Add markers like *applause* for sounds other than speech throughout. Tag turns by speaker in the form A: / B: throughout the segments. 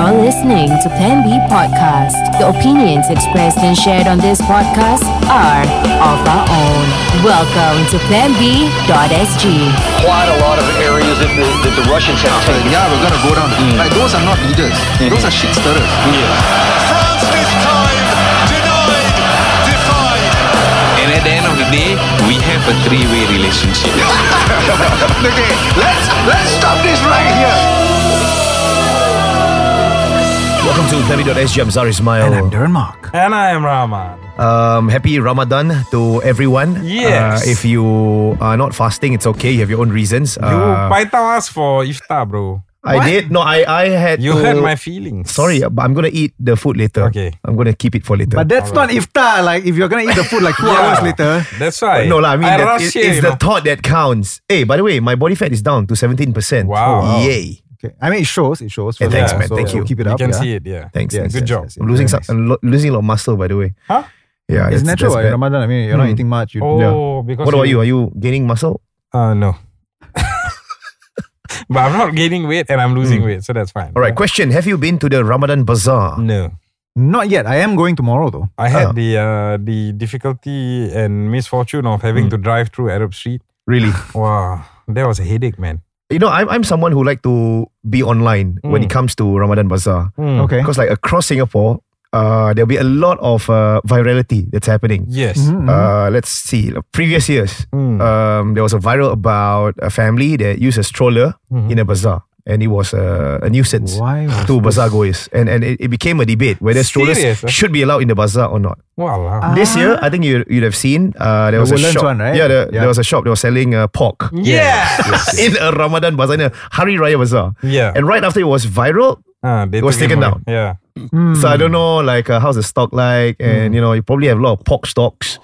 A: are listening to Plan B Podcast. The opinions expressed and shared on this podcast are of our own. Welcome to PlanB.sg.
B: quite a lot of areas that the, that the Russians have taken.
C: yeah, we're gonna go down. Like those are not leaders. Those are shit stirrers.
D: France this time denied, defied.
E: And at the end of the day, we have a three-way relationship.
C: Okay, let's let's stop this right here.
F: Welcome to Debbie.sg. I'm Zar Ismail.
G: And I'm Darren Mark.
H: And I am Rahman.
F: um, happy Ramadan to everyone.
H: Yes.
F: Uh, if you are not fasting, it's okay. You have your own reasons.
H: You
F: Uh,
H: Paitao asked for iftar, bro.
F: I did. No, I, I had.
H: You
F: to-
H: hurt my
F: *laughs*
H: feelings.
F: Sorry, but I'm gonna eat the food later.
H: Okay.
F: I'm gonna keep it for later.
G: But that's not iftar. Like if you're gonna eat the food like two hours later,
H: That's why.
F: no, lah. I mean, that- it-
H: rush here,
F: it's
H: you
F: the
H: know.
F: thought that counts. Hey, by the way, my body fat is down to 17%.
H: Wow.
F: Yay.
G: okay. I mean it shows. It shows.
F: Hey,
G: first
F: thanks,
G: of all,
F: man.
G: so
F: Thank you.
G: Keep it
H: You
G: up.
H: can
G: yeah.
H: see it, yeah.
F: Thanhanks.
G: Yes, yes,
F: thanks,
G: yes, yes.
F: thanks. I'm losing,
G: Very
F: some, I'm lo- losing a lot of muscle, by the way.
H: Huh? eh?
F: Yeah,
G: It's
F: that's-
G: natural.
F: that's
G: right?
F: bad.
G: Ramadan. I mean, you're not
F: Mm.
G: eating much. You,
H: Oh, because
F: What about you? Are you gaining muscle?
H: Uh, no. *laughs* but I'm not gaining weight and I'm
F: Hmm.
H: losing weight, so that's fine.
F: All right. Question: Have you been to the Ramadan bazaar?
H: No.
G: Not yet. I am going tomorrow though.
H: I had
F: Ah.
H: the uh, the difficulty and misfortune of having
F: Hmm.
H: to drive through Arab Street.
F: Really?
H: Wow, that was a headache, man.
F: You know, I'm, I'm someone who like to be online when it comes to Ramadan Bazaar.
H: Mm.
G: Okay.
F: Because like across Singapore, uh, there'll be a lot of uh, virality that's happening.
H: Yes.
F: Uh, let's see. like, Previous years, um, there was a viral about a family that used a stroller in a bazaar, and it was a, a nuisance
G: Why was
F: to bazaar goers, and and it, it became a debate whether strollers
H: Serious, huh?
F: should be allowed in the bazaar or not.
H: Wow.
F: This year, I think you you'd have seen uh, there
G: The
F: was a
G: Ah. Woodlands
F: shop.
G: one, right?
F: Yeah, the,
G: Yeah.
F: there was a shop that was selling uh, pork
H: Yeah.
F: *laughs* in a Ramadan bazaar, in a Hari Raya bazaar.
H: Yeah.
F: And right after it was viral,
H: Ah, they
F: It was
H: took
F: taken
H: away.
F: down.
H: Yeah.
G: Hmm.
F: so I don't know like uh, how's the stock like, and you know you probably have a lot of pork stocks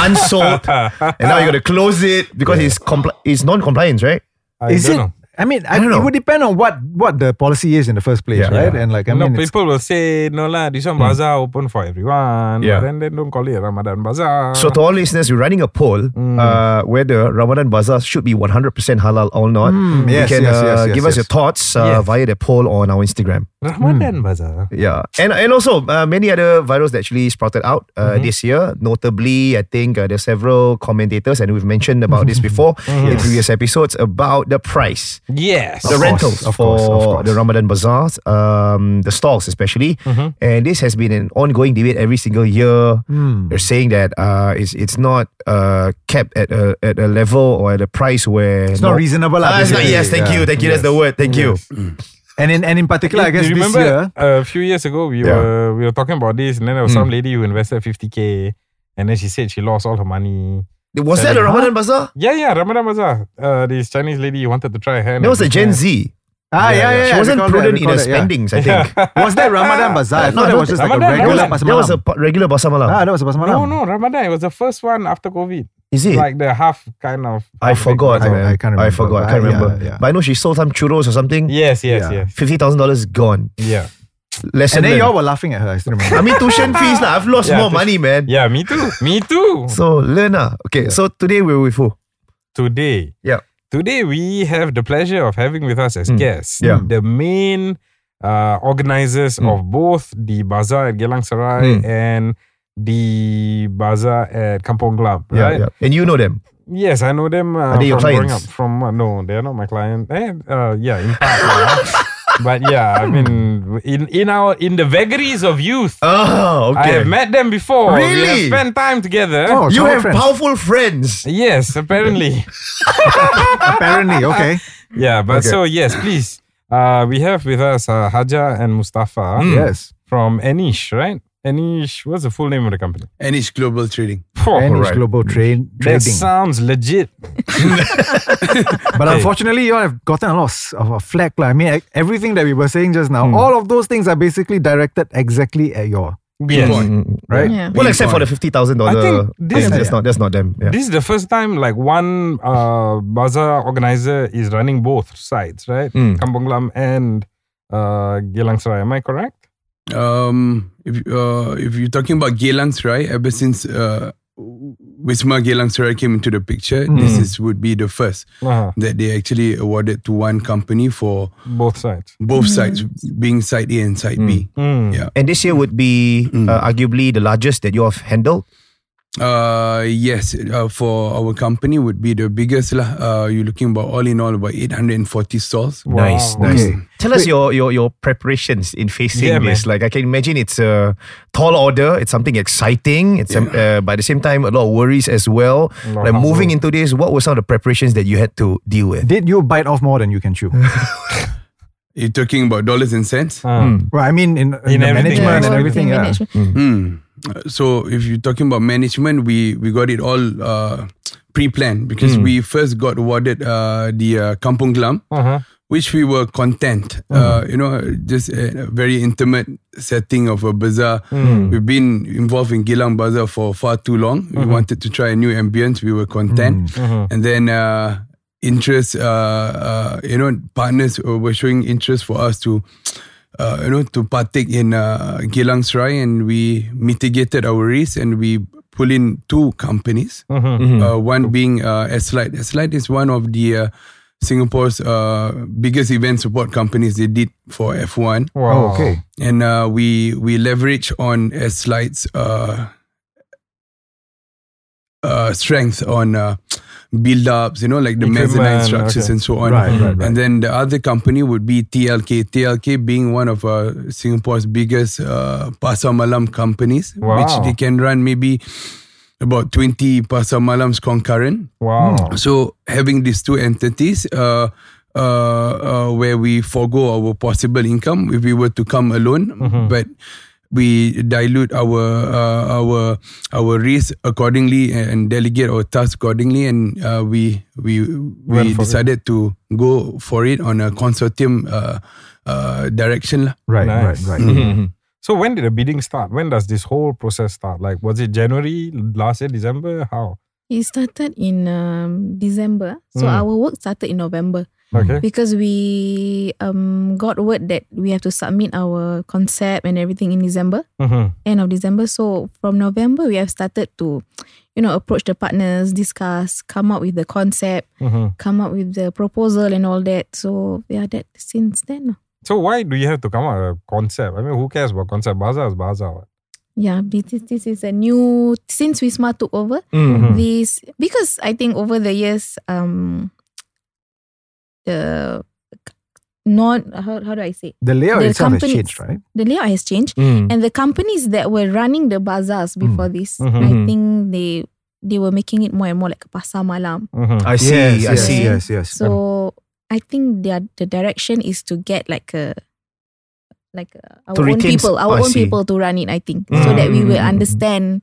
F: unsold,
G: *laughs*
F: and now you got to close it because it's compli- it's non-compliance, right?
G: Ah.
H: I
G: Is
H: don't
G: it?
H: know.
G: I mean, I,
F: don't
G: it
F: know.
G: would depend on what what the policy is in the first place,
F: Yeah.
G: right? And like, I
H: no,
G: mean, it's-
H: people will say, no lah, this one bazaar open for
F: Hmm.
H: everyone.
F: Yeah.
H: But then, then don't call it Ramadan bazaar.
F: So to all listeners, we're running a poll
G: Hmm.
F: uh, whether Ramadan bazaar should be 100% halal or not.
G: Hmm. yes,
F: you can
G: yes,
F: uh,
G: yes, yes,
F: give us
G: yes.
F: your thoughts uh,
H: Yes.
F: via the poll on our Instagram.
H: Ramadan
F: Hmm.
H: bazaar.
F: Yeah, and and also uh, many other virals that actually sprouted out uh,
G: Mm-hmm.
F: this year. Notably, I think uh, there's several commentators, and we've mentioned about
G: Mm-hmm.
F: this before in previous episodes about the price,
H: Yes.
F: the rentals
G: of
F: for
G: course, of course.
F: the Ramadan bazaars, um, the stalls especially,
G: Mm-hmm.
F: and this has been an ongoing debate every single year.
G: Mm.
F: They're saying that uh, it's it's not uh, kept at a at a level or at a price where
G: It's not reasonable lah,
F: Ah, it's not,
G: basically.
F: yes, thank
G: Yeah.
F: you, thank you. That's the word. Thank you.
G: and in and in particular, I guess
H: you
G: this
H: remember
G: year,
H: a few years ago we
F: Yeah. Hmm.
H: were we were talking about this, and then there was some lady who invested 50k, and then she said she lost all her money.
F: Was that a Ramadan bazaar?
H: Yeah, yeah, Ramadan bazaar. Uh, this Chinese lady wanted to try her.
F: That was a Gen Z.
G: ah, yeah, yeah, yeah,
F: She
G: I recall that,
F: wasn't
G: I
F: prudent in
G: recall
F: her
G: that, yeah.
F: spendings,
G: *laughs*
F: I think.
G: Was that Ramadan Bazaar? I
F: No,
G: thought
F: I
G: that was
F: don't
G: just
H: think-
G: like a
H: Ramadan,
G: regular
H: that was-
G: pasar
F: That was a
G: malam.
F: pa- regular pasar malam.
G: Ah, that was a pasar malam.
H: No, no, Ramadan. It was the first one after COVID.
F: Is it?
H: Like the half kind of.
F: I
H: half big
F: forgot,
H: bazaar.
F: man.
G: I can't
F: I
G: remember,
F: forgot. I
G: but
F: can't
G: I-
F: remember.
G: yeah, yeah.
F: But I know she sold some churros or something.
H: Yes, yes,
G: Yeah.
H: yes.
F: Fifty thousand dollars gone.
H: Yeah.
F: Lesson.
G: And then y'all
F: learned.
G: were laughing at her. I still remember.
F: I mean, tuition fees lah. I've
G: *laughs*
F: lost
H: Yeah,
F: more
H: tuition-
F: money, man.
H: Yeah, me too. Me too.
F: *laughs* So learn lah. Okay, so today we're with who?
H: today.
F: Yeah. Hmm.
H: Today we have the pleasure of having with us as guests
F: Yeah. Hmm.
H: the main uh, organizers of both the bazaar at Gelang Serai
F: Mm.
H: and the bazaar at Kampong Glab,
F: Yeah,
H: right?
F: yeah. And you know them.
H: Yes, I know them uh,
F: Are they your
H: from growing up.
F: clients?
H: From uh, no, they are not my client. Eh, uh, yeah, in
F: *laughs*
H: part. yeah. But
F: Hmm.
H: yeah, I mean, in in our in the vagaries of youth,
F: Oh,
H: I
F: okay.
H: have met them before. We have
F: Really?
H: spent time together.
G: Oh,
F: you
G: Our
F: have
G: friends.
F: powerful friends.
H: Yes,
F: *laughs*
H: apparently. *laughs*
G: Apparently, *laughs* okay.
H: Yeah, but
F: Okay.
H: so yes, please. Uh, we have with us uh, Haja and Mustafa
G: Mm. Yes.
H: from Enish, right? Enish, what's the full name of the company?
D: And it's global trading.
C: *laughs*
H: Phew,
G: And it's
F: Alright.
G: global trade
H: that
G: trading.
H: *laughs* sounds legit.
G: But unfortunately, you all have gotten a lot of s- of, of flack. lah. I mean, e- everything that we were saying just now, all of those things are basically directed exactly at your.
H: Yes.
G: Right?
F: Well, except for the fifty thousand
H: I
F: dollar.
H: think this-
F: That's not that's not them. Yeah.
H: This is the first time like one uh, bazaar organizer is running both sides, right?
F: Mm.
H: Kampong Glam and uh, Geylang Serai. Am I correct?
I: Um, if you- uh, if you're talking about Geylang Serai, ever since uh,
D: Wisma Geylang Serai came into the picture, this is would be the 1st
H: Uh-huh.
D: that they actually awarded to one company for
H: both sides.
D: both sides being side A and side B. Yeah.
F: And this year would be uh, arguably the largest that you have handled.
D: Uh, yes, uh, for our company would be the biggest lah. Uh, you're looking about all in all about 840 stalls.
F: Nice, nice.
G: Okay.
F: Tell us your, your your preparations in facing
H: Yeah,
F: this. Like I can imagine it's a tall order. It's something exciting. It's um, uh, by the same time a lot of worries as well.
H: lot
F: Like
H: of
F: moving into this, what were some of the preparations that you had to deal with?
G: Did you bite off more than you can chew?
D: You're talking about dollars and cents.
H: Uh,
G: Well, I mean, in, in,
H: In
G: the
H: everything,
G: management
H: yeah.
G: and everything. Yeah.
I: Management.
D: Hmm. So if you're talking about management, we we got it all uh, pre-planned because we first got awarded uh, the uh, Kampung Glam,
H: Uh-huh.
D: which we were content. Uh, you know, just a, a very intimate setting of a bazaar. We've been involved in Gilang Bazaar for far too long. We wanted to try a new ambience. We were content, and then. Uh, interest uh, uh you know partners were showing interest for us to uh, you know, to partake in uh, Geylang Serai and we mitigated our risk and we pull in two companies. Uh, one being uh, Slide. Slide is one of the uh, Singapore's uh, biggest event support companies they did for F1.
G: Oh,
H: Wow.
G: okay.
D: And uh, we we leverage on Slide's uh, uh, strength on uh, build-ups, you know, like the mezzanine
H: Equipment,
D: structures
H: okay.
D: and so on.
G: Right, right, right.
D: And then the other company would be TLK. TLK being one of uh, Singapore's biggest uh, pasar malam companies, which
H: Wow.
D: they can run maybe about 20 pasar malams concurrent.
H: Wow.
G: Mm.
D: So having these two entities, uh, uh, uh, where we forego our possible income if we were to come alone,
H: Mm-hmm.
D: but we dilute our uh, our our risk accordingly and delegate our tasks accordingly, and uh, we we we
H: Went for it.
D: decided to go for it on a consortium uh, uh, direction. lah.
G: Right,
H: Nice. Mm-hmm.
G: right, right.
D: Mm-hmm.
H: So when did the bidding start? When does this whole process start? Like, was it January last year, December? How?
I: It started in um, December. So
H: Mm.
I: our work started in November
H: Okay.
I: because we um, got word that we have to submit our concept and everything in December,
H: Mm-hmm.
I: end of December. So from November, we have started to, you know, approach the partners, discuss, come up with the concept,
H: Mm-hmm.
I: come up with the proposal and all that. So yeah, that since then. lah.
H: So why do you have to come up with a concept? I mean, who cares about concept? Bazaar is bazaar. what?
I: Yeah, this is, this is a new since Wisma took over.
D: Mm-hmm.
H: Mhm.
I: This because I think over the years, um, the non how, how do I say
G: The layout
I: The
G: itself has
I: companies-
G: changed, right?
I: the layout has
H: Mm-hmm.
I: changed,
D: Mm.
I: and the companies that were running the bazaars before this,
H: Mhm.
I: I think they they were making it more and more like a pasar malam.
H: Mhm.
F: I see, I
G: yes,
F: see.
G: yes, yes.
I: So I think their the direction is to get like a like a, our
F: To
I: own
F: retain s-
I: people, our
F: I
I: own
F: see.
I: people to run it. I think so that we will understand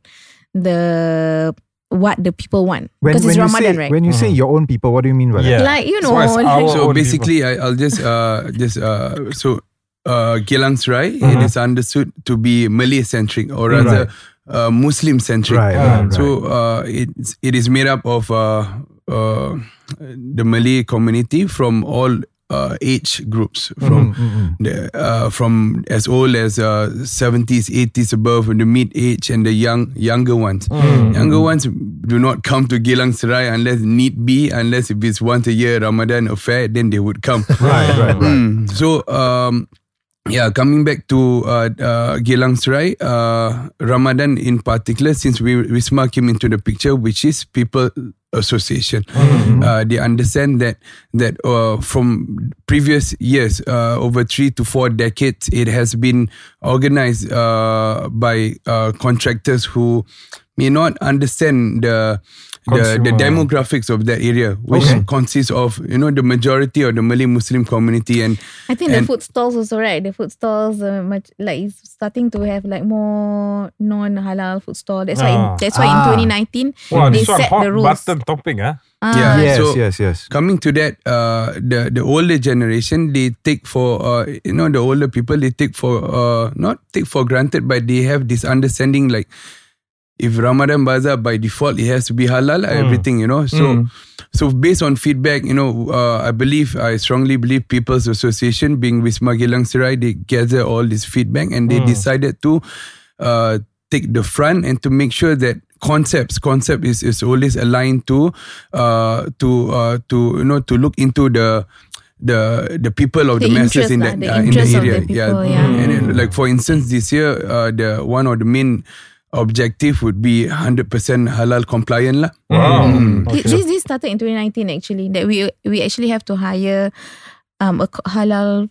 I: the what the people want because it's
G: you
I: Ramadan,
G: say,
I: right?
G: when you say your own people, what do you mean by that?
H: Yeah.
I: Like you know,
H: So it's our
I: like,
D: So
H: own
D: basically, I, I'll just uh, just uh, so uh, Geylang Serai it
H: Mhm.
D: is understood to be Malay centric or rather uh, Muslim centric.
G: Right,
H: Yeah.
G: right, right.
D: So uh, it's, it is made up of uh, uh, the Malay community from all uh, age groups,
G: Mm-hmm,
D: from the, uh, from as old as uh, seventies, eighties above, and the mid age and the young younger ones.
G: Mm.
D: Younger ones do not come to Geylang Serai unless need be, unless if it's once a year Ramadan affair, then they would come.
G: *laughs* right, right, right.
D: Mm. So um, yeah, coming back to uh, uh, Geylang Serai, uh, Ramadan in particular, since we Wisma came into the picture, which is people association, uh, they understand that that uh, from previous years, uh, over three to four decades, it has been organized uh, by uh, contractors who may not understand the the, the
H: Consumer.
D: demographics of that area, which consists of you know the majority of the Malay Muslim community and
I: I think the
D: and-
I: food stalls also right. The food stalls uh, much like it's starting to have like more non halal food stall. That's why
H: Ah.
I: that's why
G: Ah.
I: in 2019
H: Wow,
I: they
H: this one
I: set
H: hot
I: the rules.
H: button topic, huh?
I: Ah,
D: Yeah.
G: Yes,
D: So-
G: yes, yes.
D: coming to that uh, the the older generation they take for uh, you know the older people they take for uh, not take for granted but they have this understanding like if Ramadan bazaar by default it has to be halal everything you know so so based on feedback you know uh, I believe I strongly believe People's Association being Wisma Geylang Serai they gather all this feedback and they decided to uh, take the front and to make sure that concepts. Concept is is always aligned to, uh, to uh, to you know to look into the. The, the people of the,
I: The
D: masses
I: interest
D: in
I: lah,
D: that
I: the
D: uh, in the
I: interest of
D: area
I: the people, yeah.
D: and then, like for instance this year uh, the one of the main objective would be 100% halal compliant lah
H: Wow.
D: Mm.
I: Th- This this started in 2019 actually that we we actually have to hire um a co- halal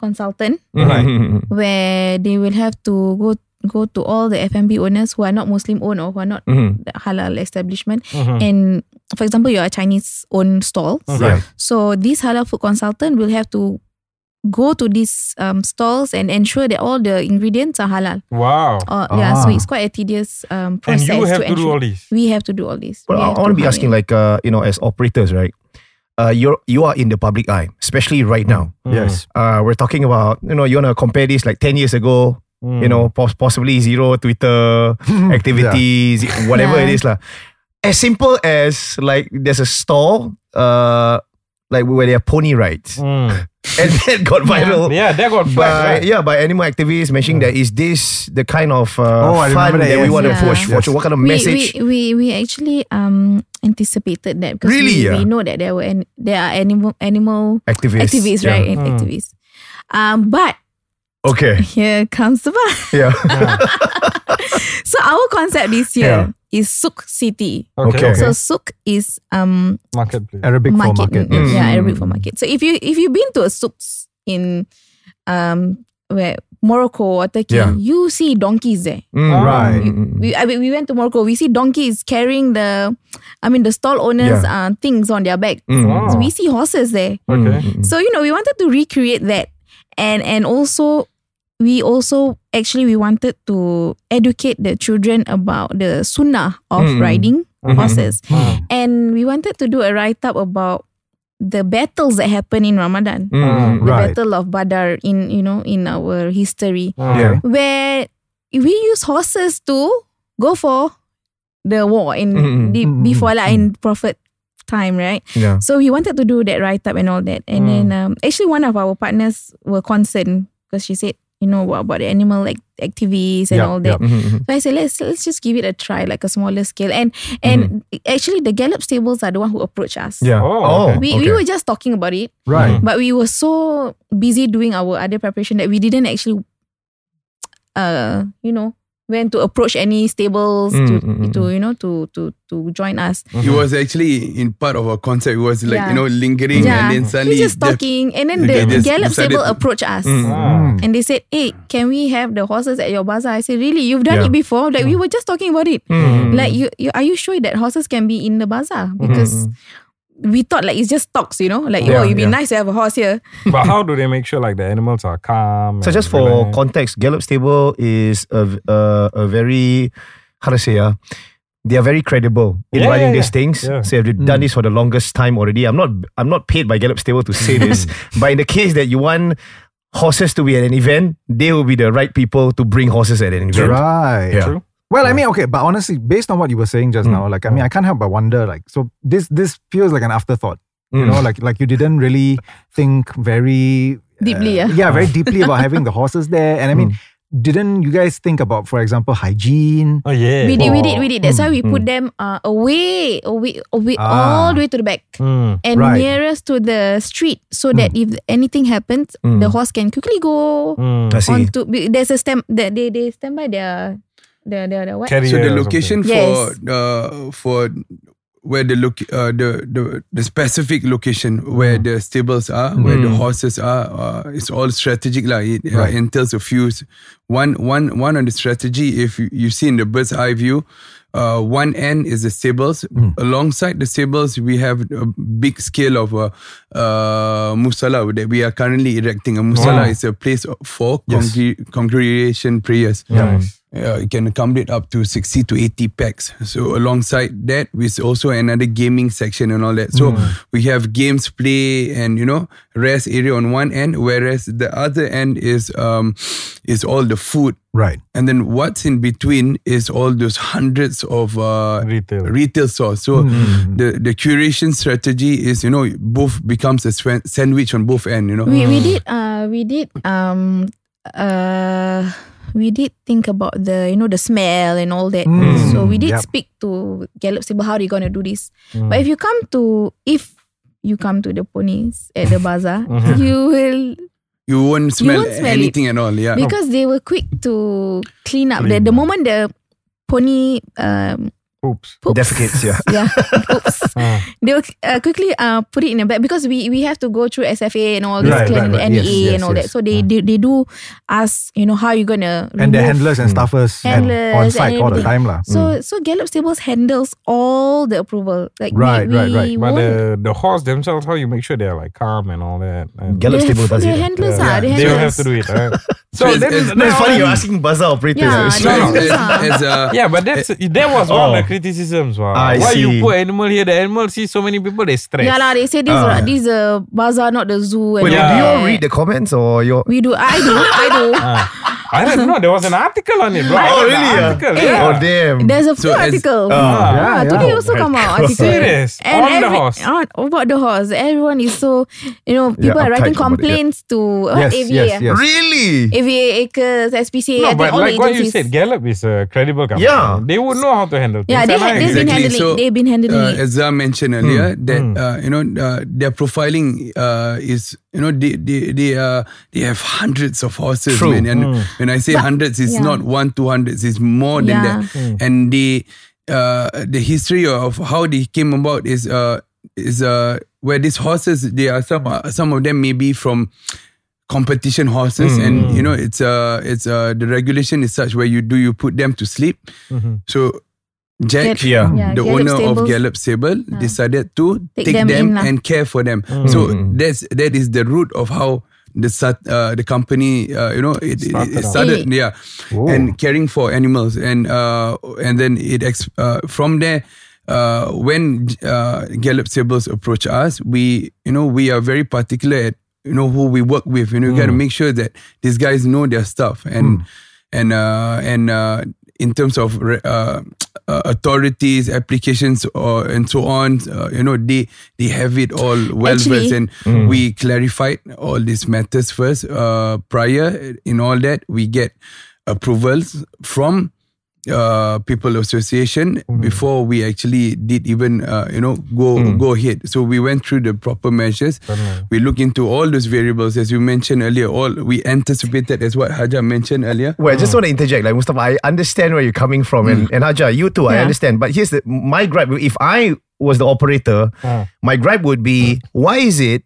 I: consultant
H: Right.
D: Mm-hmm.
I: where they will have to go go to all the FMB owners who are not Muslim owned or who are not
D: Mm-hmm.
I: the halal establishment
H: Mm-hmm. Hmm.
I: and for example you are a Chinese owned stalls
H: Right.
I: so this halal food consultant will have to go to these um, stalls and ensure that all the ingredients are halal
H: Wow.
I: uh, yeah so
G: Ah.
I: it's quite a tedious um,
H: And
I: process
H: you have to, do
I: ensure-
H: all this.
I: we have to do all this
F: But
I: We
F: I,
I: have
F: I want to be
I: hire.
F: asking, like, uh, you know, as operators, right? Uh, you're you are in the public eye, especially right now.
G: Yes.
F: Uh, we're talking about you know you want to compare this like ten years ago, you know, pos- possibly zero Twitter
G: Hmm.
F: *laughs* activities, whatever it
I: Yeah.
F: is lah. As simple as like there's a stall, uh, like where there are pony rides,
H: Mm.
F: *laughs* and that got viral.
H: *laughs* Yeah, that got
F: By,
H: flagged. Right?
F: yeah, by animal activists mentioning that is this the kind of uh,
G: Oh, I
F: fun
G: remember
F: that,
G: that,
F: we
G: yes.
F: want to
I: Yeah.
F: push?
G: Yes.
F: for What kind of
I: We-
F: message?
I: We, we, we actually um anticipated that because
F: Really,
I: we,
F: yeah?
I: we know that there were an, there are animal animal
F: activists,
I: activists,
F: yeah. Hmm.
I: right? And Activists. Um, but
F: Okay, *laughs*
I: here comes the but.
F: yeah.
I: *laughs* So our concept this year is Souk City.
H: Okay.
F: Okay.
H: okay.
I: So Souk is um
H: Marketplace.
G: Arabic for
I: market,
G: market.
I: mm,
G: Yes.
I: yeah,
F: Hmm.
I: Arabic for market. So if you if you've been to a souks in um where Morocco or Turkey,
F: Yeah.
I: you see donkeys there.
H: Ah.
F: Mm,
G: Right.
I: We, I mean, we went to Morocco. We see donkeys carrying the, I mean, the stall owners' uh, things on their back. mm.
H: Wow.
I: So we see horses there.
F: Mm.
H: Okay.
I: So you know, we wanted to recreate that, and and also, we also actually we wanted to educate the children about the sunnah of riding horses, and we wanted to do a write up about the battles that happen in Ramadan,
H: Ah.
I: the
F: Mm,
G: Right.
I: battle of Badr in you know in our history
F: mm. Yeah.
I: where we use horses to go for the war in
F: Mm,
I: the,
G: mm,
I: before like
G: mm.
I: in prophet time, right?
F: Yeah.
I: So we wanted to do that write up and all that, and then
G: Mm.
I: um, actually one of our partners were concerned because she said, you know, what about the animal like activists and
G: Yup,
I: all that.
H: Ah.
G: yup.
F: Mhm, mhm.
I: So I said, let's let's just give it a try, like a smaller scale, and and actually the Gallup stables are the one who approached us.
G: Mm-hmm. Yeah.
H: Oh, okay.
I: We, we were just talking about it,
G: Right.
D: Mm-hmm.
I: but we were so busy doing our other preparation that we didn't actually, uh, you know, when to approach any stables to,
F: Mm, mm, mm,
I: to you know to to to join us.
D: it was actually in part of our concept it was like
I: Yeah.
D: you know lingering and
I: Yeah,
D: then suddenly
I: we just
D: the-
I: talking, and then
D: they
I: the
D: just
I: Gallup
D: decided Mm.
I: stable
D: to-
I: approached us.
F: Mm.
H: Ah.
I: And they said, "Hey, can we have the horses at your bazaar?" I said, "Really? You've done
F: Yeah.
I: it before? Like we were just talking about it.
F: Mm.
I: Like you, you, are you sure that horses can be in the bazaar? Because we thought like it's just stocks, you know? Like
F: Yeah,
I: oh, it'd be
F: yeah.
I: nice to have a horse here.
H: but how do they make sure like the animals are calm?
F: So
H: and
F: just for
H: relaxed?
F: context, Gallup Stable is a v- uh, a very how to say uh, they are very credible in
H: Yeah,
F: running
H: yeah,
F: these things.
H: yeah. Mm.
F: So they've done this for the longest time already. I'm not I'm not paid by Gallup Stable to say this,
H: Mm.
F: *laughs* but in the case that you want horses to be at an event, they will be the right people to bring horses at an event.
G: Right.
F: Yeah.
H: True.
G: Well, I mean, okay, but honestly, based on what you were saying
H: Hmm.
G: just now, like I mean, I can't help but wonder, like, so this this feels like an afterthought, you
F: Mm.
H: Hmm.
G: know, like like you didn't really think very uh,
I: Deeply,
D: Uh,
I: yeah.
G: yeah,
H: *laughs*
G: very deeply about having the horses there, and I mean,
H: Hmm.
G: didn't you guys think about, for example, hygiene?
H: Oh yeah.
I: We did, we did,
G: Oh.
I: we did. That's why we put them uh, away, away, away,
G: Ah.
I: all the way to the back
H: Mm.
I: and
G: Right.
I: nearest to the street, so that if anything happens, the horse can quickly go
H: Mm.
F: I see.
I: on to. be- There's a stem. They they, they stand by their their their, their what?
D: so
H: Carrier
D: the
H: or
D: location
I: something.
D: for uh, for where the look uh, the, the the specific location
H: Hmm.
D: where the stables are where the horses are uh, it's all strategic like it uh, entails a few s- one one one on the strategy if you, you see in the bird's eye view uh, one end is the stables.
H: Hmm.
D: Alongside the stables, we have a big scale of a uh, musala that we are currently erecting. A musala
H: Wow.
D: is a place for congre- congregation prayers.
H: Nice.
D: Uh, it can accommodate up to 60 to 80 packs. So alongside that is also another gaming section and all that. So we have games play and you know rest area on one end, whereas the other end is um is all the food.
G: Right.
D: And then what's in between is all those hundreds of uh,
H: Retail.
D: retail stores. So the the curation strategy is you know both becomes a swan- sandwich on both end. You know
I: We we did uh we did um uh we did think about the you know the smell and all that.
G: Mm,
I: So we did
G: yup.
I: speak to Gallup Sable how they gonna do this. But if you come to if you come to the ponies at the bazaar, you will
D: You won't smell,
I: won't smell it.
D: anything at all. Yeah.
I: because they were quick to clean up. The,
H: Clean
I: the
H: up.
I: moment the pony um,
H: Oops.
I: poops,
F: Defecates, yeah.
I: *laughs* yeah, poops,
H: Ah.
I: they will uh, quickly uh, put it in a bag because we we have to go through SFA and all this
G: Right,
I: clean
G: right, right.
I: NEA
G: Yes, yes,
I: and all that.
G: yes.
I: So they, they they do ask you know how you gonna
G: And the
I: remove.
G: handlers
H: Hmm.
G: and staffers and
I: Handlers
G: on
I: and
G: site all the
I: everything.
G: time. Mm. lah.
I: So so Gallup Stables handles all the approval. Like we-
G: Right,
I: we,
G: right, right.
H: But
I: won't-
H: the, the horse themselves, how you make sure they're like calm and all that. And
F: Gallop
I: they
F: stable
I: have,
F: does
I: the
F: it.
I: handlers
F: Yeah.
I: are the
H: they
I: handlers.
H: will have to do it. Right? so
D: It's-
H: then,
D: it's-
H: then
F: It's funny
H: on-
F: you're asking bazaar operators.
I: Yeah,
F: It's
I: *laughs* no,
F: like-
D: No, no,
I: Yes,
D: as,
I: ah.
D: as a,
H: Yeah, but that's that was one of the criticisms. Wow.
F: I
H: Why
F: see.
H: you put animal here? The animal see so many people, they stress.
I: Yeah lah, they say this
G: Ah.
I: uh, this uh, bazaar not the zoo. And
F: Wait,
H: Yeah.
F: do you
I: all
F: all
I: that.
F: read the comments or your?
I: We do. I do. I do.
F: *laughs*
H: I don't know. There was an article on it, bro. I
F: Oh,
H: read the
F: really, yeah?
I: Eh,
H: Article,
F: Oh
H: yeah.
F: damn!
I: There's a
D: So
I: few
D: as-
I: articles.
G: yeah,
I: Ah,
G: yeah.
I: Today also come out article.
H: Serious?
I: And
H: On the
I: every,
H: horse?
I: on- about the horse. Everyone is so, you know, people are
F: uptight
I: writing
F: about it, yeah.
I: complaints to uh,
G: yes,
I: AVA.
G: yes, yes.
F: Really?
I: AVA Acres, SPCA, I
H: No,
I: think
H: but
I: all
H: like
I: the
H: what you
I: agencies.
H: said, Gallup is a credible company.
F: Yeah.
H: They would know how to handle things.
I: yeah, they
H: And I
I: had, they've
H: agree.
I: been
D: Exactly.
I: handling
D: So,
I: it. They've been handling
D: uh,
I: it.
D: as I mentioned earlier, that uh, you know uh, their profiling uh, is you know they they they, uh, they have hundreds of horses,
F: True.
D: man. And when I say hundreds, it's
I: yeah.
D: not one two hundreds, it's more than
I: Yeah.
D: that. And the uh, the history of how they came about is uh, is uh, where these horses they are some uh, some of them may be from competition horses and you know it's uh it's uh the regulation is such where you do you put them to sleep
H: Hmm.
D: so jack
I: Get- Yeah. yeah,
D: the
I: Gallop
D: owner
I: Stables.
D: of Gallup Sable decided to
I: Take
D: take,
I: them
D: them,
I: in lah.
D: and care for them.
H: Hmm.
D: So that's that is the root of how the sat- uh, the company uh, you know it it-
H: Started
D: it
H: out.
D: started,
I: Really?
D: yeah and caring for animals and uh, and then it ex- uh, from there uh, when uh, Gallup Sables approach us we you know we are very particular at you know who we work with you know you got to make sure that these guys know their stuff and and uh, and uh, in terms of re- uh, uh, authorities applications or and so on uh, you know they they have it all well versed
I: Actually-
D: and
G: Mm.
D: we clarified all these matters first uh, prior in all that we get approvals from uh, people association
G: Mm.
D: before we actually did even uh, you know go go ahead so we went through the proper measures we look into all those variables as you mentioned earlier all we anticipated as what haja mentioned earlier
F: Well, I just
H: Hmm.
F: want to interject, like Mustafa, I understand where you're coming from, and, and Haja, you too, I
I: Yeah.
F: understand. But here's the my gripe: if I was the operator,
H: Hmm.
F: my gripe would be, why is it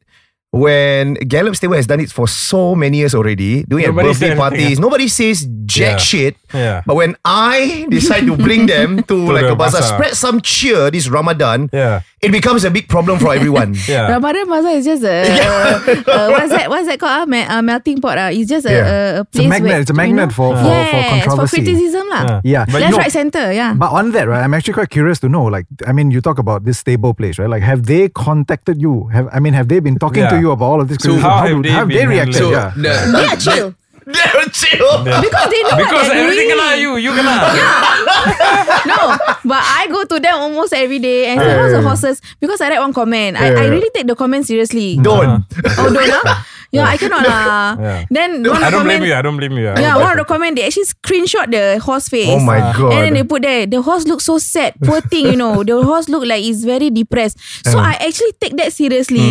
F: when Gallup Stable has done it for so many years already, doing
H: Nobody
F: at birthday
H: said anything.
F: parties, nobody says jack
H: Yeah.
F: shit.
H: Yeah.
F: But when I
H: *laughs*
F: decide to bring them to, like a
H: the
F: bazaar,
H: bazaar.
F: spread some cheer this Ramadan,
H: Yeah.
F: it becomes a big problem for
H: *laughs*
F: everyone.
H: Yeah.
I: Ramadan Bazaar is
G: *laughs*
I: just a uh, what's that what's that called? Uh, me- uh, melting pot. Uh. It's just a, a, a
F: Yeah.
G: It's a
I: place
G: magnet.
I: where
G: It's a magnet for, for,
I: yes,
G: for controversy.
I: for criticism lah.
G: Yeah. But
I: Left,
G: no-
I: right, center. Yeah.
G: But on that, right, I'm actually quite curious to know. Like, I mean, you talk about this stable place, right? Like, have they contacted you? Have I mean, have they been talking to
H: Yeah.
G: you about all of this? criticism?
H: how
G: do-
H: have they
G: have they
H: been
G: reacted?
D: so
H: handling
G: yeah.
D: the,
G: *laughs*
I: they are chill
F: They're chill.
I: because they know
H: Because
I: what they're
H: everything
I: doing.
H: kena you, you
I: *laughs*
H: kena.
I: No, but I go to them almost every day and suppose the horses because I read one comment. I, I
F: Yeah.
I: really take the comment seriously.
F: Don't.
I: Oh, don't
H: *laughs*
I: ah? Yeah, I cannot lah.
H: Yeah.
I: Then one of
H: I
I: the
H: don't blame
I: comment,
H: you. I don't blame you. I
I: yeah,
H: don't
I: one of
H: blame
I: the comment they actually screenshot the horse face.
F: Oh my god.
I: And then they put there, the horse looks so sad.
F: *laughs*
I: Poor thing, you know. The horse look like it's very depressed. So I actually take that
F: Mm,
I: seriously.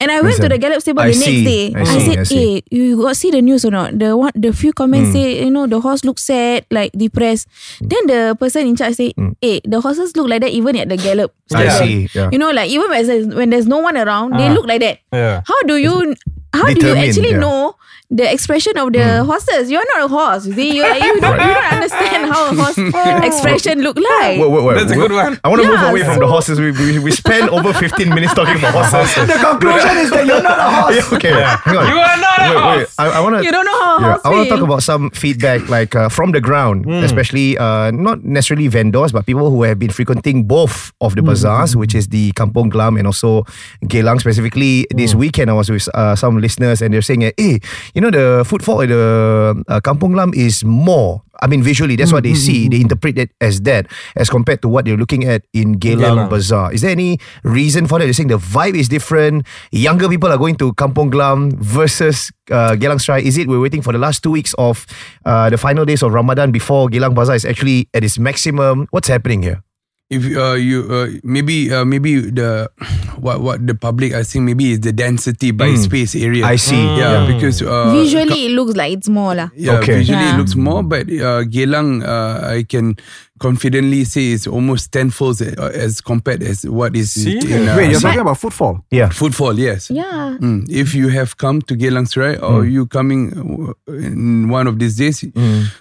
I: And I went to the Gallup stable
F: I
I: the next
F: see.
I: day.
F: I see,
I: said,
F: I see.
I: "Hey,
F: Mm.
I: you got see the news or not? The one, the few comments say, you know, the horse looks sad, like depressed." Then the person in charge say, "Hey, the horses look like that even at the Gallup."
F: Mm. I
I: stable.
F: see. Yeah.
I: You know, like even when there's, when there's no one around, they look like that.
H: you. Yeah.
I: How do you how do you
F: Determine,
I: actually
F: yeah.
I: know the expression of the horses? You're not a horse. You see, you're, you, don't, you don't understand how a horse *laughs* expression look like.
F: Wait, wait, wait.
H: That's a good one.
F: I want to
I: Yeah,
F: move away from the
I: so-
F: horses. We, we, we spent over 15 minutes talking about
H: *laughs*
F: horses.
G: the conclusion is that you're not a horse.
F: Yeah, okay, hang on.
H: You are not a
F: wait, wait.
H: horse.
F: I, I want to.
I: You don't know how a horse
F: I want to talk
I: feel.
F: about some feedback, like uh, from the ground, especially uh, not necessarily vendors, but people who have been frequenting both of the bazaars, which is the Kampong Glam and also Geylang. Specifically, this weekend I was with uh, eh, some listeners, and they're saying, "Hey, you know the footfall at the uh, Kampong Glam is more I mean, visually, that's what they see. They interpret it as that, as compared to what they're looking at in Geylang,
H: Geylang.
F: Bazaar. Is there any reason for that? They're saying the vibe is different. Younger people are going to Kampong Glam versus uh, Geylang Serai. Is it we're waiting for the last two weeks of uh, the final days of Ramadan before Geylang Bazaar is actually at its maximum? What's happening here?
D: if uh, you uh, maybe uh, maybe the *sighs* what what the public I think maybe is the density by space area.
F: I see.
D: Yeah, because uh,
I: Visually, it looks like it's more lah.
D: Yeah,
F: Okay.
D: visually it
I: Yeah.
D: looks more, but uh, Geylang, uh, I can confidently say is almost tenfold as, as compared as what is in uh,
G: Wait, you're talking about footfall.
F: Yeah.
D: footfall. Yes.
I: Yeah.
D: Mm. If you have come to Geylang Serai or you coming uh, in one of these days,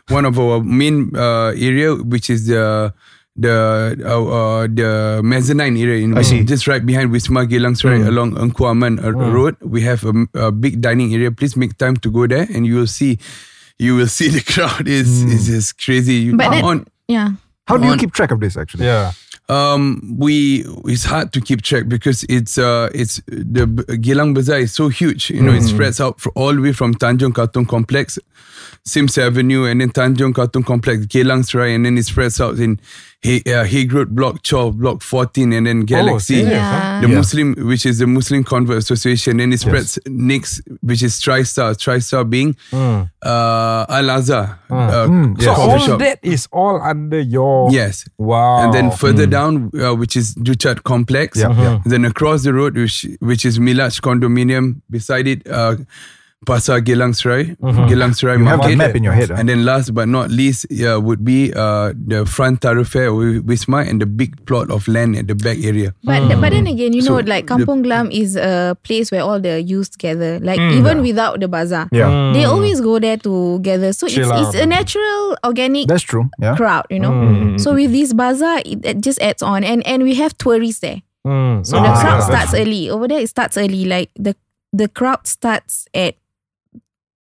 D: one of our main uh, area, which is the the uh, uh, the mezzanine area, in
F: see.
D: just right behind Wisma Geylang Serai along Engku Aman uh, Road, we have a, m- a big dining area. Please make time to go there, and you will see, you will see the *laughs* crowd is is just crazy. You-
I: But that-
D: on,
I: Yeah.
G: How do you
D: On-
G: keep track of this actually?
H: Yeah.
D: um, we it's hard to keep track because it's uh it's the B- Geylang Bazaar is so huge. You know, it
H: Mm-hmm.
D: spreads out fr all the way from Tanjong Katong Complex, Sims Avenue, and then Tanjong Katong Complex, Geylang Serai, and then it spreads out in Hay, uh, Haig Road Block 12, Block 14, and then Galaxy.
H: Oh, serious,
I: huh?
D: The
F: Yeah.
D: Muslim, which is the Muslim Convert Association, then it spreads next, which is TriStar. TriStar being uh, Al Azhar uh,
H: Mm. So all
D: coffee shop.
H: that is all under your
D: Yes.
H: Wow.
D: And then further down, uh, which is Duchat Complex.
G: Oh. Hmm. Yeah, yeah.
D: Then across the road, which which is Milaj Condominium. Beside it, uh, Pasar Geylang Serai, Geylang Serai
G: Mm-hmm. You have
D: Market.
G: a map in your head. huh?
D: And then last but not least uh, would be uh, the front thoroughfare with Wisma and the big plot of land at the back area.
I: But but then again, you know,
D: So, the-
I: like Kampong Glam is a place where all the youths gather. Like even without the bazaar,
F: Yeah.
H: Mm.
I: they always go there to gather. So
H: Hmm. Chill
I: it's, it's a
H: out.
I: natural, organic
G: That's true. Yeah.
I: crowd, you know. So with this bazaar, it, it just adds on, and and we have tourists there.
H: Mm.
I: So the crowd starts early over there. It starts early. Like the the crowd starts at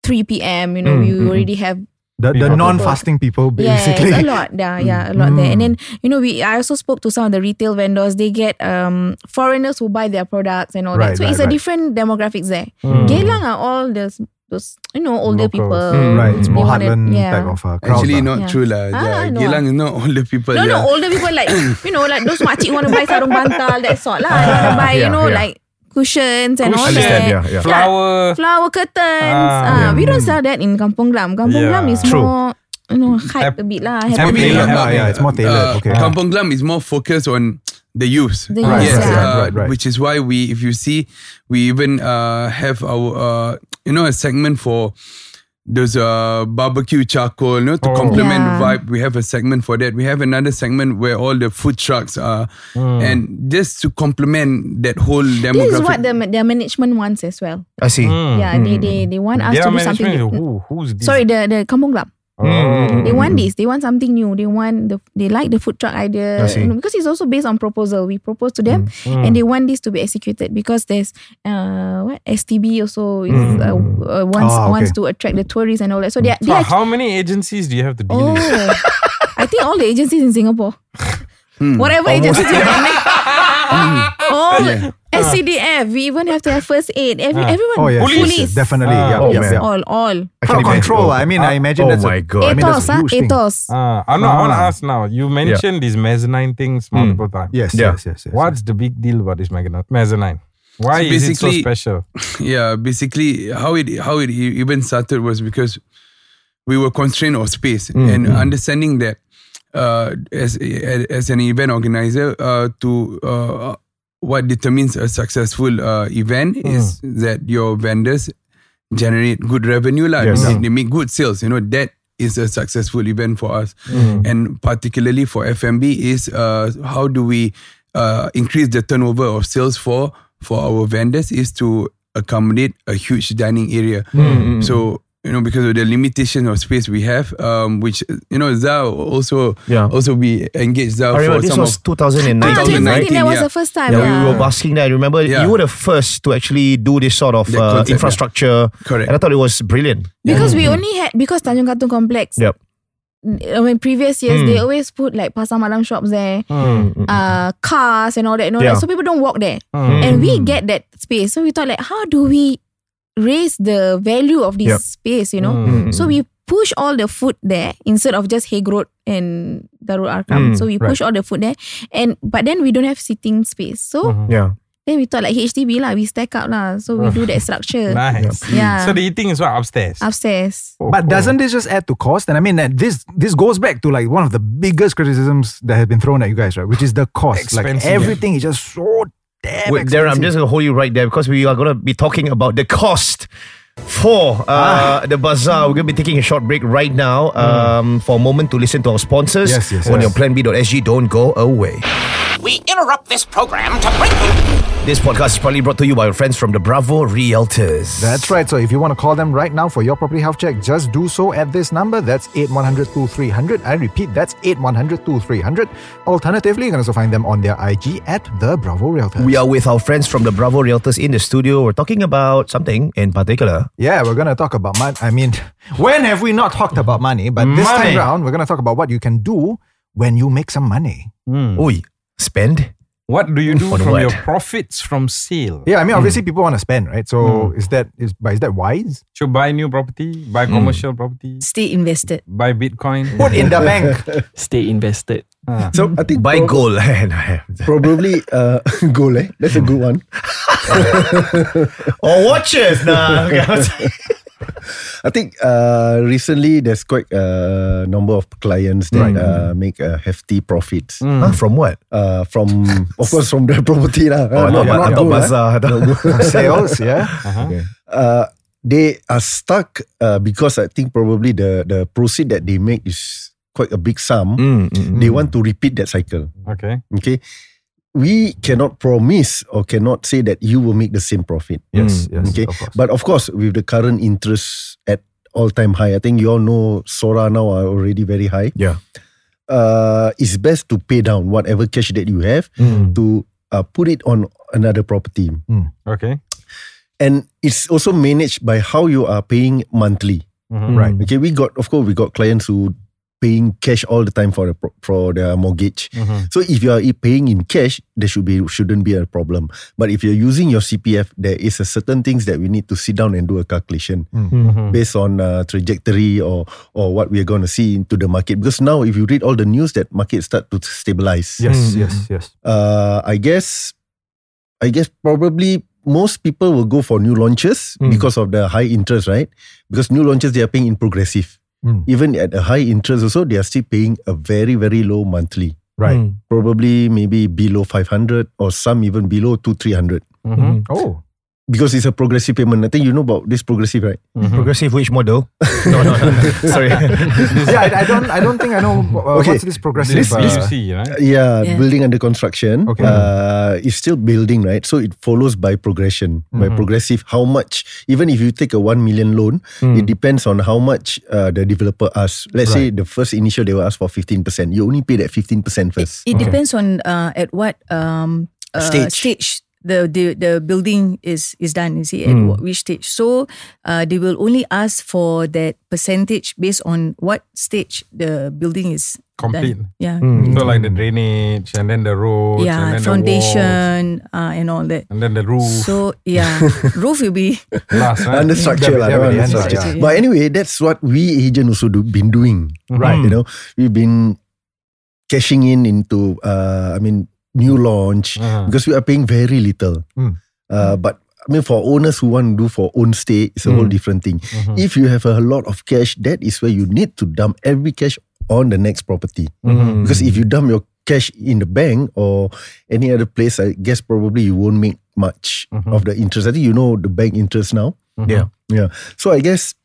I: three p.m. You know, we already have
G: The, the
H: People.
G: non-fasting people
I: yeah,
G: basically.
I: it's a lot. Yeah, yeah, a lot there. And then you know, we I also spoke to some of the retail vendors. They get um foreigners who buy their products and all
G: Right,
I: that. So
G: right,
I: it's a
G: right.
I: different demographics there. Geylang are all those those you know older
H: Mm. Locals.
I: people.
F: Mm.
G: Right, it's
I: They
G: more
I: wanted-
G: Highland
I: yeah.
G: type of uh, crowd.
D: Actually,
G: lah.
D: not
I: Yeah.
D: true lah.
I: Ah,
D: Yeah,
I: no
D: Geylang is not *laughs* all the people.
I: No,
D: yeah.
I: no, older people like you know, like those makcik who want to buy sarung bantal, that sort lah. They want to buy, you
F: yeah,
I: know,
F: yeah.
I: like cushions and all
H: Cushion.
I: that.
F: Understand, yeah, yeah.
H: Flower.
I: Flower curtains. Ah,
H: Ah,
I: We don't sell that in Kampong Glam. Kampung Glam
H: Yeah.
I: is
F: True.
I: more, you know, hype a bit lah. happy a
H: more
I: bit.
H: tailored.
D: not-
G: Yeah, yeah, it's more tailored. Okay.
D: uh, Kampong Glam is more focused on the youth.
I: The youth,
D: yes,
I: yeah.
D: uh,
G: Right, right.
D: which is why we, if you see, we even uh, have our, uh, you know, a segment for those uh, barbecue charcoal, you know,
G: Oh.
D: to complement the
I: Yeah.
D: vibe. We have a segment for that. We have another segment where all the food trucks are,
G: Hmm.
D: and just to complement that whole demographic.
I: This is what the, their management wants as well.
F: I see.
G: Mm.
H: Hmm.
I: Yeah, they, they they want us to
H: Their
I: do something. new.
H: management is who? Who's this?
I: Sorry, the the Kampong Club.
H: Oh.
I: They want this. They want something new. They want the they like the food truck idea
F: I
I: You
F: see.
I: know, because it's also based on proposal. We propose to them,
H: Hmm.
I: and they want this to be executed because there's uh what STB also is,
H: Hmm.
I: uh, uh, wants
G: Ah, okay.
I: wants to attract the tourists and all that. So they are, they
H: So
I: are
H: how many agencies do you have to deal
I: oh,
H: with?
I: I think all the agencies in Singapore, whatever agencies you connect, all
D: Yeah.
I: SCDF. We even have to have first aid. Every, everyone,
G: Oh yes, yes, yes,
I: police,
G: definitely.
H: Ah,
G: yeah,
F: oh,
G: yeah,
F: man.
G: yeah.
I: all all.
F: I
G: Crowd
F: can imagine.
G: control. I mean, I imagine
F: Oh
G: that's
F: my
G: a,
F: God.
G: I mean,
I: Ethos,
G: that's a
I: ah,
G: huge thing.
I: ethos.
H: Ah, I'm not, I want
G: Ah.
H: to
G: Hmm.
H: ask now. You mentioned these mezzanine things multiple times.
G: Yes,
F: Yeah.
G: yes, yes, yes.
H: What's the big deal about this mezzanin- mezzanine?
D: So
H: Why is it so
D: basically-
H: special?
D: yeah, basically how it how it e- even started was because we were constrained of space and understanding that uh, as as an event organizer uh, to uh, what determines a successful uh, event
F: Hmm.
D: is that your vendors generate good revenue like
F: Yes.
D: they make good sales you know that is a successful event for us
F: Hmm.
D: and particularly for fmb is uh, how do we uh, increase the turnover of sales for for our vendors is to accommodate a huge dining area
F: Hmm.
D: so you know because of the limitation of space we have um, which you know Zao also
F: Yeah.
D: also we engage Zao
F: I remember
D: for
F: this
D: some
F: was
D: of
F: 2019.
I: Ah,
D: 2019,
I: 2019, that was
D: yeah.
I: the first time.
F: Yeah,
I: Yeah,
F: we were basking there. I remember
D: Yeah.
F: you were the first to actually do this sort of
D: That
F: uh,
D: concept, yeah.
F: infrastructure.
D: Correct.
F: And I thought it was brilliant.
I: Because we only had because Tanjung Katong Complex.
F: Yep.
I: I mean, previous years they always put like pasar malam shops there,
G: Hmm.
H: Hmm.
I: uh, cars and all that, and all
F: Yeah.
I: that. So people don't walk there,
F: Mm.
I: and we
F: Mm-hmm.
I: get that space. So we thought like, how do we raise the value of this
F: Yep.
H: Hmm.
I: space? You know,
F: Mm.
I: so we push all the food there instead of just Hague Road and Darul Arkam.
F: Mm,
I: so we push all the food there, and but then we don't have sitting space. So
F: Mm-hmm. Yeah.
I: then we thought like HDB lah, we stack up lah. So we
F: *laughs*
I: do that structure.
H: Nice.
I: Yeah.
H: So the eating is what upstairs.
I: Upstairs.
H: Oh,
G: But
H: cool.
G: doesn't this just add to cost? And I mean, that this this goes back to like one of the biggest criticisms that has been thrown at you guys, right? Which is the cost. Like
H: Expensive.
G: everything is just so damn
F: Wait,
G: expensive.
F: Darren, I'm just gonna hold you right there because we are gonna be talking about the cost for uh, the bazaar. We're gonna be taking a short break right now um, for a moment to listen to our sponsors
G: Yes, yes,
F: on
G: yes.
F: your planb.sg. Don't go away.
J: We interrupt this program to bring you
F: This podcast is probably brought to you by our friends from the Bravo Realtors.
G: That's right. So if you want to call them right now for your property health check, just do so at this number. That's 8100 2300. I repeat, that's 8100 2300. Alternatively, you can also find them on their IG at the Bravo Realtors.
F: We are with our friends from the Bravo Realtors in the studio. We're talking about something in particular.
G: Yeah, we're going to talk about money. I mean, *laughs* when have we not talked about money? But this
H: Money.
G: time round, we're going to talk about what you can do when you make some money.
F: Oi, spend?
H: What do you do
F: On
H: from
F: what?
H: your profits from sale?
G: Yeah, I mean,
K: Hmm.
G: obviously people want to spend, right? So is that is but is that wise?
H: To buy new property, buy
G: Hmm.
H: commercial property,
I: Stay invested.
H: buy Bitcoin. *laughs*
K: *laughs*
G: Put in the bank.
L: Stay invested.
K: So I think
F: Buy
K: prob-
F: *laughs* gold. or
K: Probably uh, *laughs* gold. Eh? That's a good one.
F: watches.
K: *laughs*
F: Nah.
K: I think uh, recently there's quite a number of clients that uh, make uh, hefty profits
G: Hmm.
F: Huh, from what?
K: uh, from, *laughs* of course, from their property lah.
F: Oh, I thought, I thought
K: gold, eh.
F: bazaar.
K: *laughs*
F: I thought-
G: Sales, yeah.
K: Uh, they are stuck uh, because I think probably the the proceed that they make is quite a big sum.
G: Hmm.
F: Mm, mm, mm.
K: They want to repeat that cycle.
H: Okay.
K: Okay. We cannot promise or cannot say that you will make the same profit.
G: Yes, Hmm, yes.
K: Mm, Okay.
G: Of course.
K: But of course, with the current interest at all time high, I think you all know Sora now are already very high.
F: Yeah.
K: Uh, it's best to pay down whatever cash that you have
G: Hmm.
K: to uh, put it on another property.
H: Okay.
K: And it's also managed by how you are paying monthly.
H: Mhm.
G: Right.
K: Okay, we got of course we got clients who paying cash all the time for the pro- for their mortgage.
H: Mhm.
K: So if you are i- paying in cash, there should be shouldn't be a problem. But if you're using your CPF, there is a certain things that we need to sit down and do a calculation
G: Hmm.
H: Mm-hmm.
K: based on uh, trajectory or or what we're going to see into the market. Because now, if you read all the news, that market start to stabilize.
G: Yes, yes, yes.
K: Uh, I guess, I guess probably most people will go for new launches
G: Hmm.
K: because of the high interest, right? Because new launches they are paying in progressive.
G: Mm.
K: Even at a high interest, also they are still paying a very very low monthly.
G: Right.
K: Probably maybe below five hundred or some even below two three hundred
H: Mhm.
G: Oh.
K: because it's a progressive payment. I think you know about this progressive, right?
F: Progressive which model? Mm-hmm. no, no,
K: *laughs*
F: no. Sorry.
G: yeah, I, I don't I don't think I know uh,
K: Okay.
G: what's this progressive.
H: This
G: uh, Hmm?
H: PUC, right?
K: Yeah,
I: Yeah.
K: building under construction.
G: Okay.
K: Uh, it's still building, right? So it follows by progression, by
F: Mm-hmm.
K: progressive. How much? Even if you take a one million loan, it
F: Mm.
K: depends on how much uh, the developer asks. Let's say the first initial they will ask for fifteen percent. You only pay that fifteen percent first.
L: It depends on uh, at what um, uh,
K: Stage.
L: the, the the building is is done. You see at
F: Hmm.
L: what, which stage. So uh, they will only ask for that percentage based on what stage the building is
H: Complete.
L: done. Yeah,
H: So like the drainage and then the roads and
L: Mm. yeah,
H: then the walls,
L: foundation uh, and all that.
H: and then the roof.
L: So
H: *laughs*
L: yeah, roof will be
H: last,
L: *laughs*
H: right?
K: Under structure, lah,
G: Yeah,
K: that one,
G: yeah,
K: under
G: yeah.
K: structure.
L: Yeah.
K: But anyway, that's what we agent also do, been doing,
H: Right.
K: You know, we've been cashing in into, uh, I mean, new launch
H: Uh-huh.
K: because we are paying very little.
G: Mm.
K: Uh, but I mean, for owners who want to do for own stay, it's a whole different thing. If you have a lot of cash, that is where you need to dump every cash on the next property.
H: Mm-hmm.
K: Because if you dump your cash in the bank or any other place, I guess probably you won't make much of the interest. I think you know the bank interest now.
F: Yeah.
K: Yeah. So I guess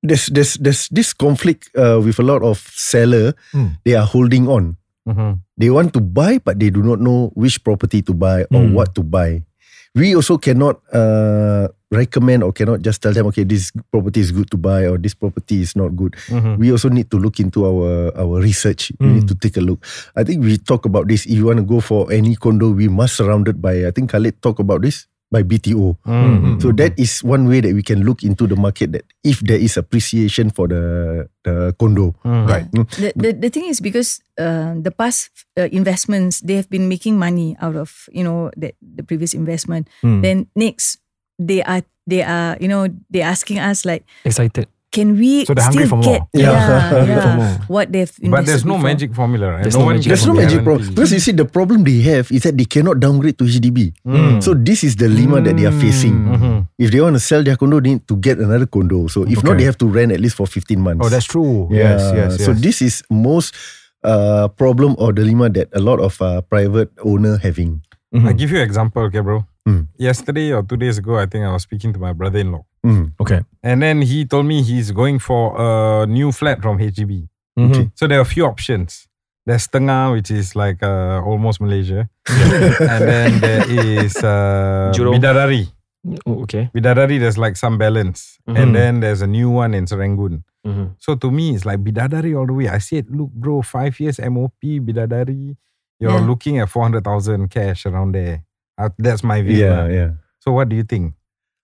K: there's there's there's this conflict uh, with a lot of seller.
G: Mm.
K: They are holding on.
H: Mhm.
K: They want to buy, but they do not know which property to buy or
F: Mm.
K: what to buy. We also cannot uh, recommend or cannot just tell them, okay, this property is good to buy or this property is not good.
H: Mm-hmm.
K: We also need to look into our our research. We
G: Hmm.
K: need to take a look. I think we talk about this. If you want to go for any condo, we must surrounded by. I think Khalid talk about this by BTO.
G: Hmm.
K: Mm-hmm. So that is one way that we can look into the market that if there is appreciation for the the condo.
H: Mm-hmm.
K: Right. Mm.
L: the, the, the thing is because uh, the past uh, investments they have been making money out of you know the, the previous
M: Hmm.
L: investment then next they are they are you know they're asking us like
J: excited.
L: can we
H: So they're hungry
L: still
H: for
L: get
H: more. Yeah.
L: yeah,
H: Hungry for
L: yeah,
H: more.
L: what they've
H: But there's
L: invested
H: no
L: before.
H: magic formula, right?
K: There's no,
H: one
K: magic,
H: can
K: *laughs* there's no magic problem.
H: guarantee.
K: Because you see, the problem they have is that they cannot downgrade to HDB.
G: Hmm.
H: Mm.
K: So this is the lima that they are facing.
M: Hmm.
K: If they want to sell their condo, they need to get another condo. So if not,
G: Okay.
K: they have to rent at least for 15 months.
G: Oh, that's true. Yes, yes,
K: So
G: yes.
K: this is most uh, problem or dilemma that a lot of uh, private owner having.
H: I give you an example, okay, bro.
K: Mm-hmm. Mm.
H: Yesterday or two days ago, I think I was speaking to my brother-in-law,
K: Mm.
M: Okay.
H: and then he told me he's going for a new flat from HDB.
G: Mm-hmm.
M: Mhm.
H: So there are a few options. There's Tengah, which is like uh, almost Malaysia, and then there is uh,
M: Jurong.
H: Bidadari.
M: Oh, okay.
H: Bidadari, there's like some balance,
M: Mhm.
H: and then there's a new one in Serangoon.
M: Mhm.
H: So to me, it's like Bidadari all the way. I said, look, bro, five years MOP Bidadari, you're
M: Yeah.
H: looking at four hundred thousand cash around there. Uh, that's my view.
K: Yeah,
H: lah.
K: yeah.
H: So what do you think?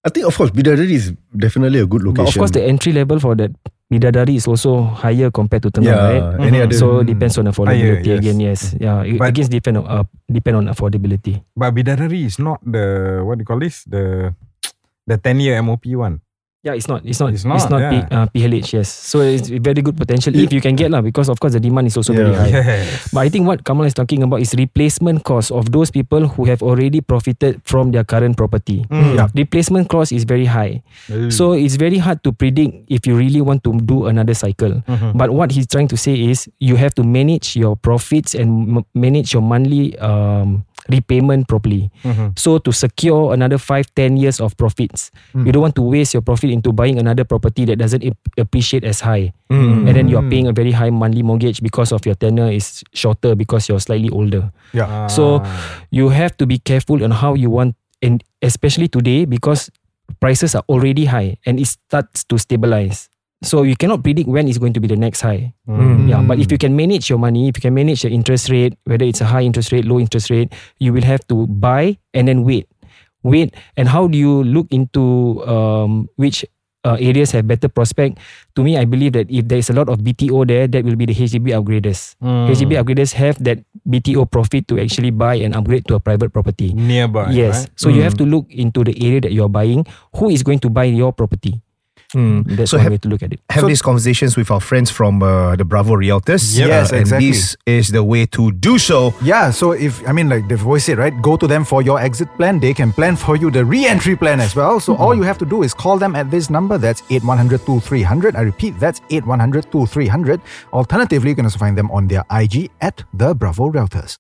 K: I think, of course, Bidadari is definitely a good location.
M: But of course, the entry level for that bidadari is also higher compared to Tengah,
K: Yeah,
M: right? Mm-hmm.
K: any other-
M: so depends on affordability
H: Higher, yes.
M: again. Yes, yeah. It
H: But-
M: again depend on uh, depend on affordability.
H: But Bidadari is not the what do you call this the the ten year MOP one.
M: Yeah, it's not. It's not.
H: It's not.
M: P, uh,
H: yeah.
M: PHH. Yes. So it's very good potential if you can get lah, because of course the demand is also very
H: Yeah.
M: high.
H: Yes.
M: But I think what Kamal is talking about is replacement cost of those people who have already profited from their current property.
H: Mm. Yeah.
M: Replacement cost is very high.
H: Mm.
M: So it's very hard to predict if you really want to do another cycle.
H: Mhm.
M: But what he's trying to say is you have to manage your profits and m- manage your monthly um, repayment properly.
H: Mhm.
M: So to secure another 5 10 years of profits. You don't want to waste your profit into buying another property that doesn't ap- appreciate as high.
H: Mm.
M: And then you're paying a very high monthly mortgage because of your tenure is shorter because you're slightly older.
G: Yeah.
M: So you have to be careful on how you want and especially today because prices are already high and it starts to stabilize. So you cannot predict when is going to be the next high.
H: Mm.
M: Yeah, but if you can manage your money, if you can manage your interest rate, whether it's a high interest rate, low interest rate, you will have to buy and then wait. Wait and how do you look into um, which uh, areas have better prospect? To me, I believe that if there is a lot of BTO there, that will be the HDB upgraders.
H: Mm.
M: HDB upgraders have that BTO profit to actually buy and upgrade to a private property.
H: Nearby.
M: yes.
H: right?
M: So you have to look into the area that you're buying. Who is going to buy your property? That's one
F: have-
M: way to look at it.
F: Have these conversations with our friends from uh, the Bravo Realtors.
K: Uh,
G: Yep. Yes,
F: and
G: exactly.
F: This is the way to do so.
G: Yeah, so if I mean like they've always said, right? Go to them for your exit plan. They can plan for you the re-entry plan as well. So
K: Mm-hmm.
G: all you have to do is call them at this number. That's 8100-2300. I repeat, that's 8100-2300. Alternatively, you can also find them on their IG at the Bravo Realtors.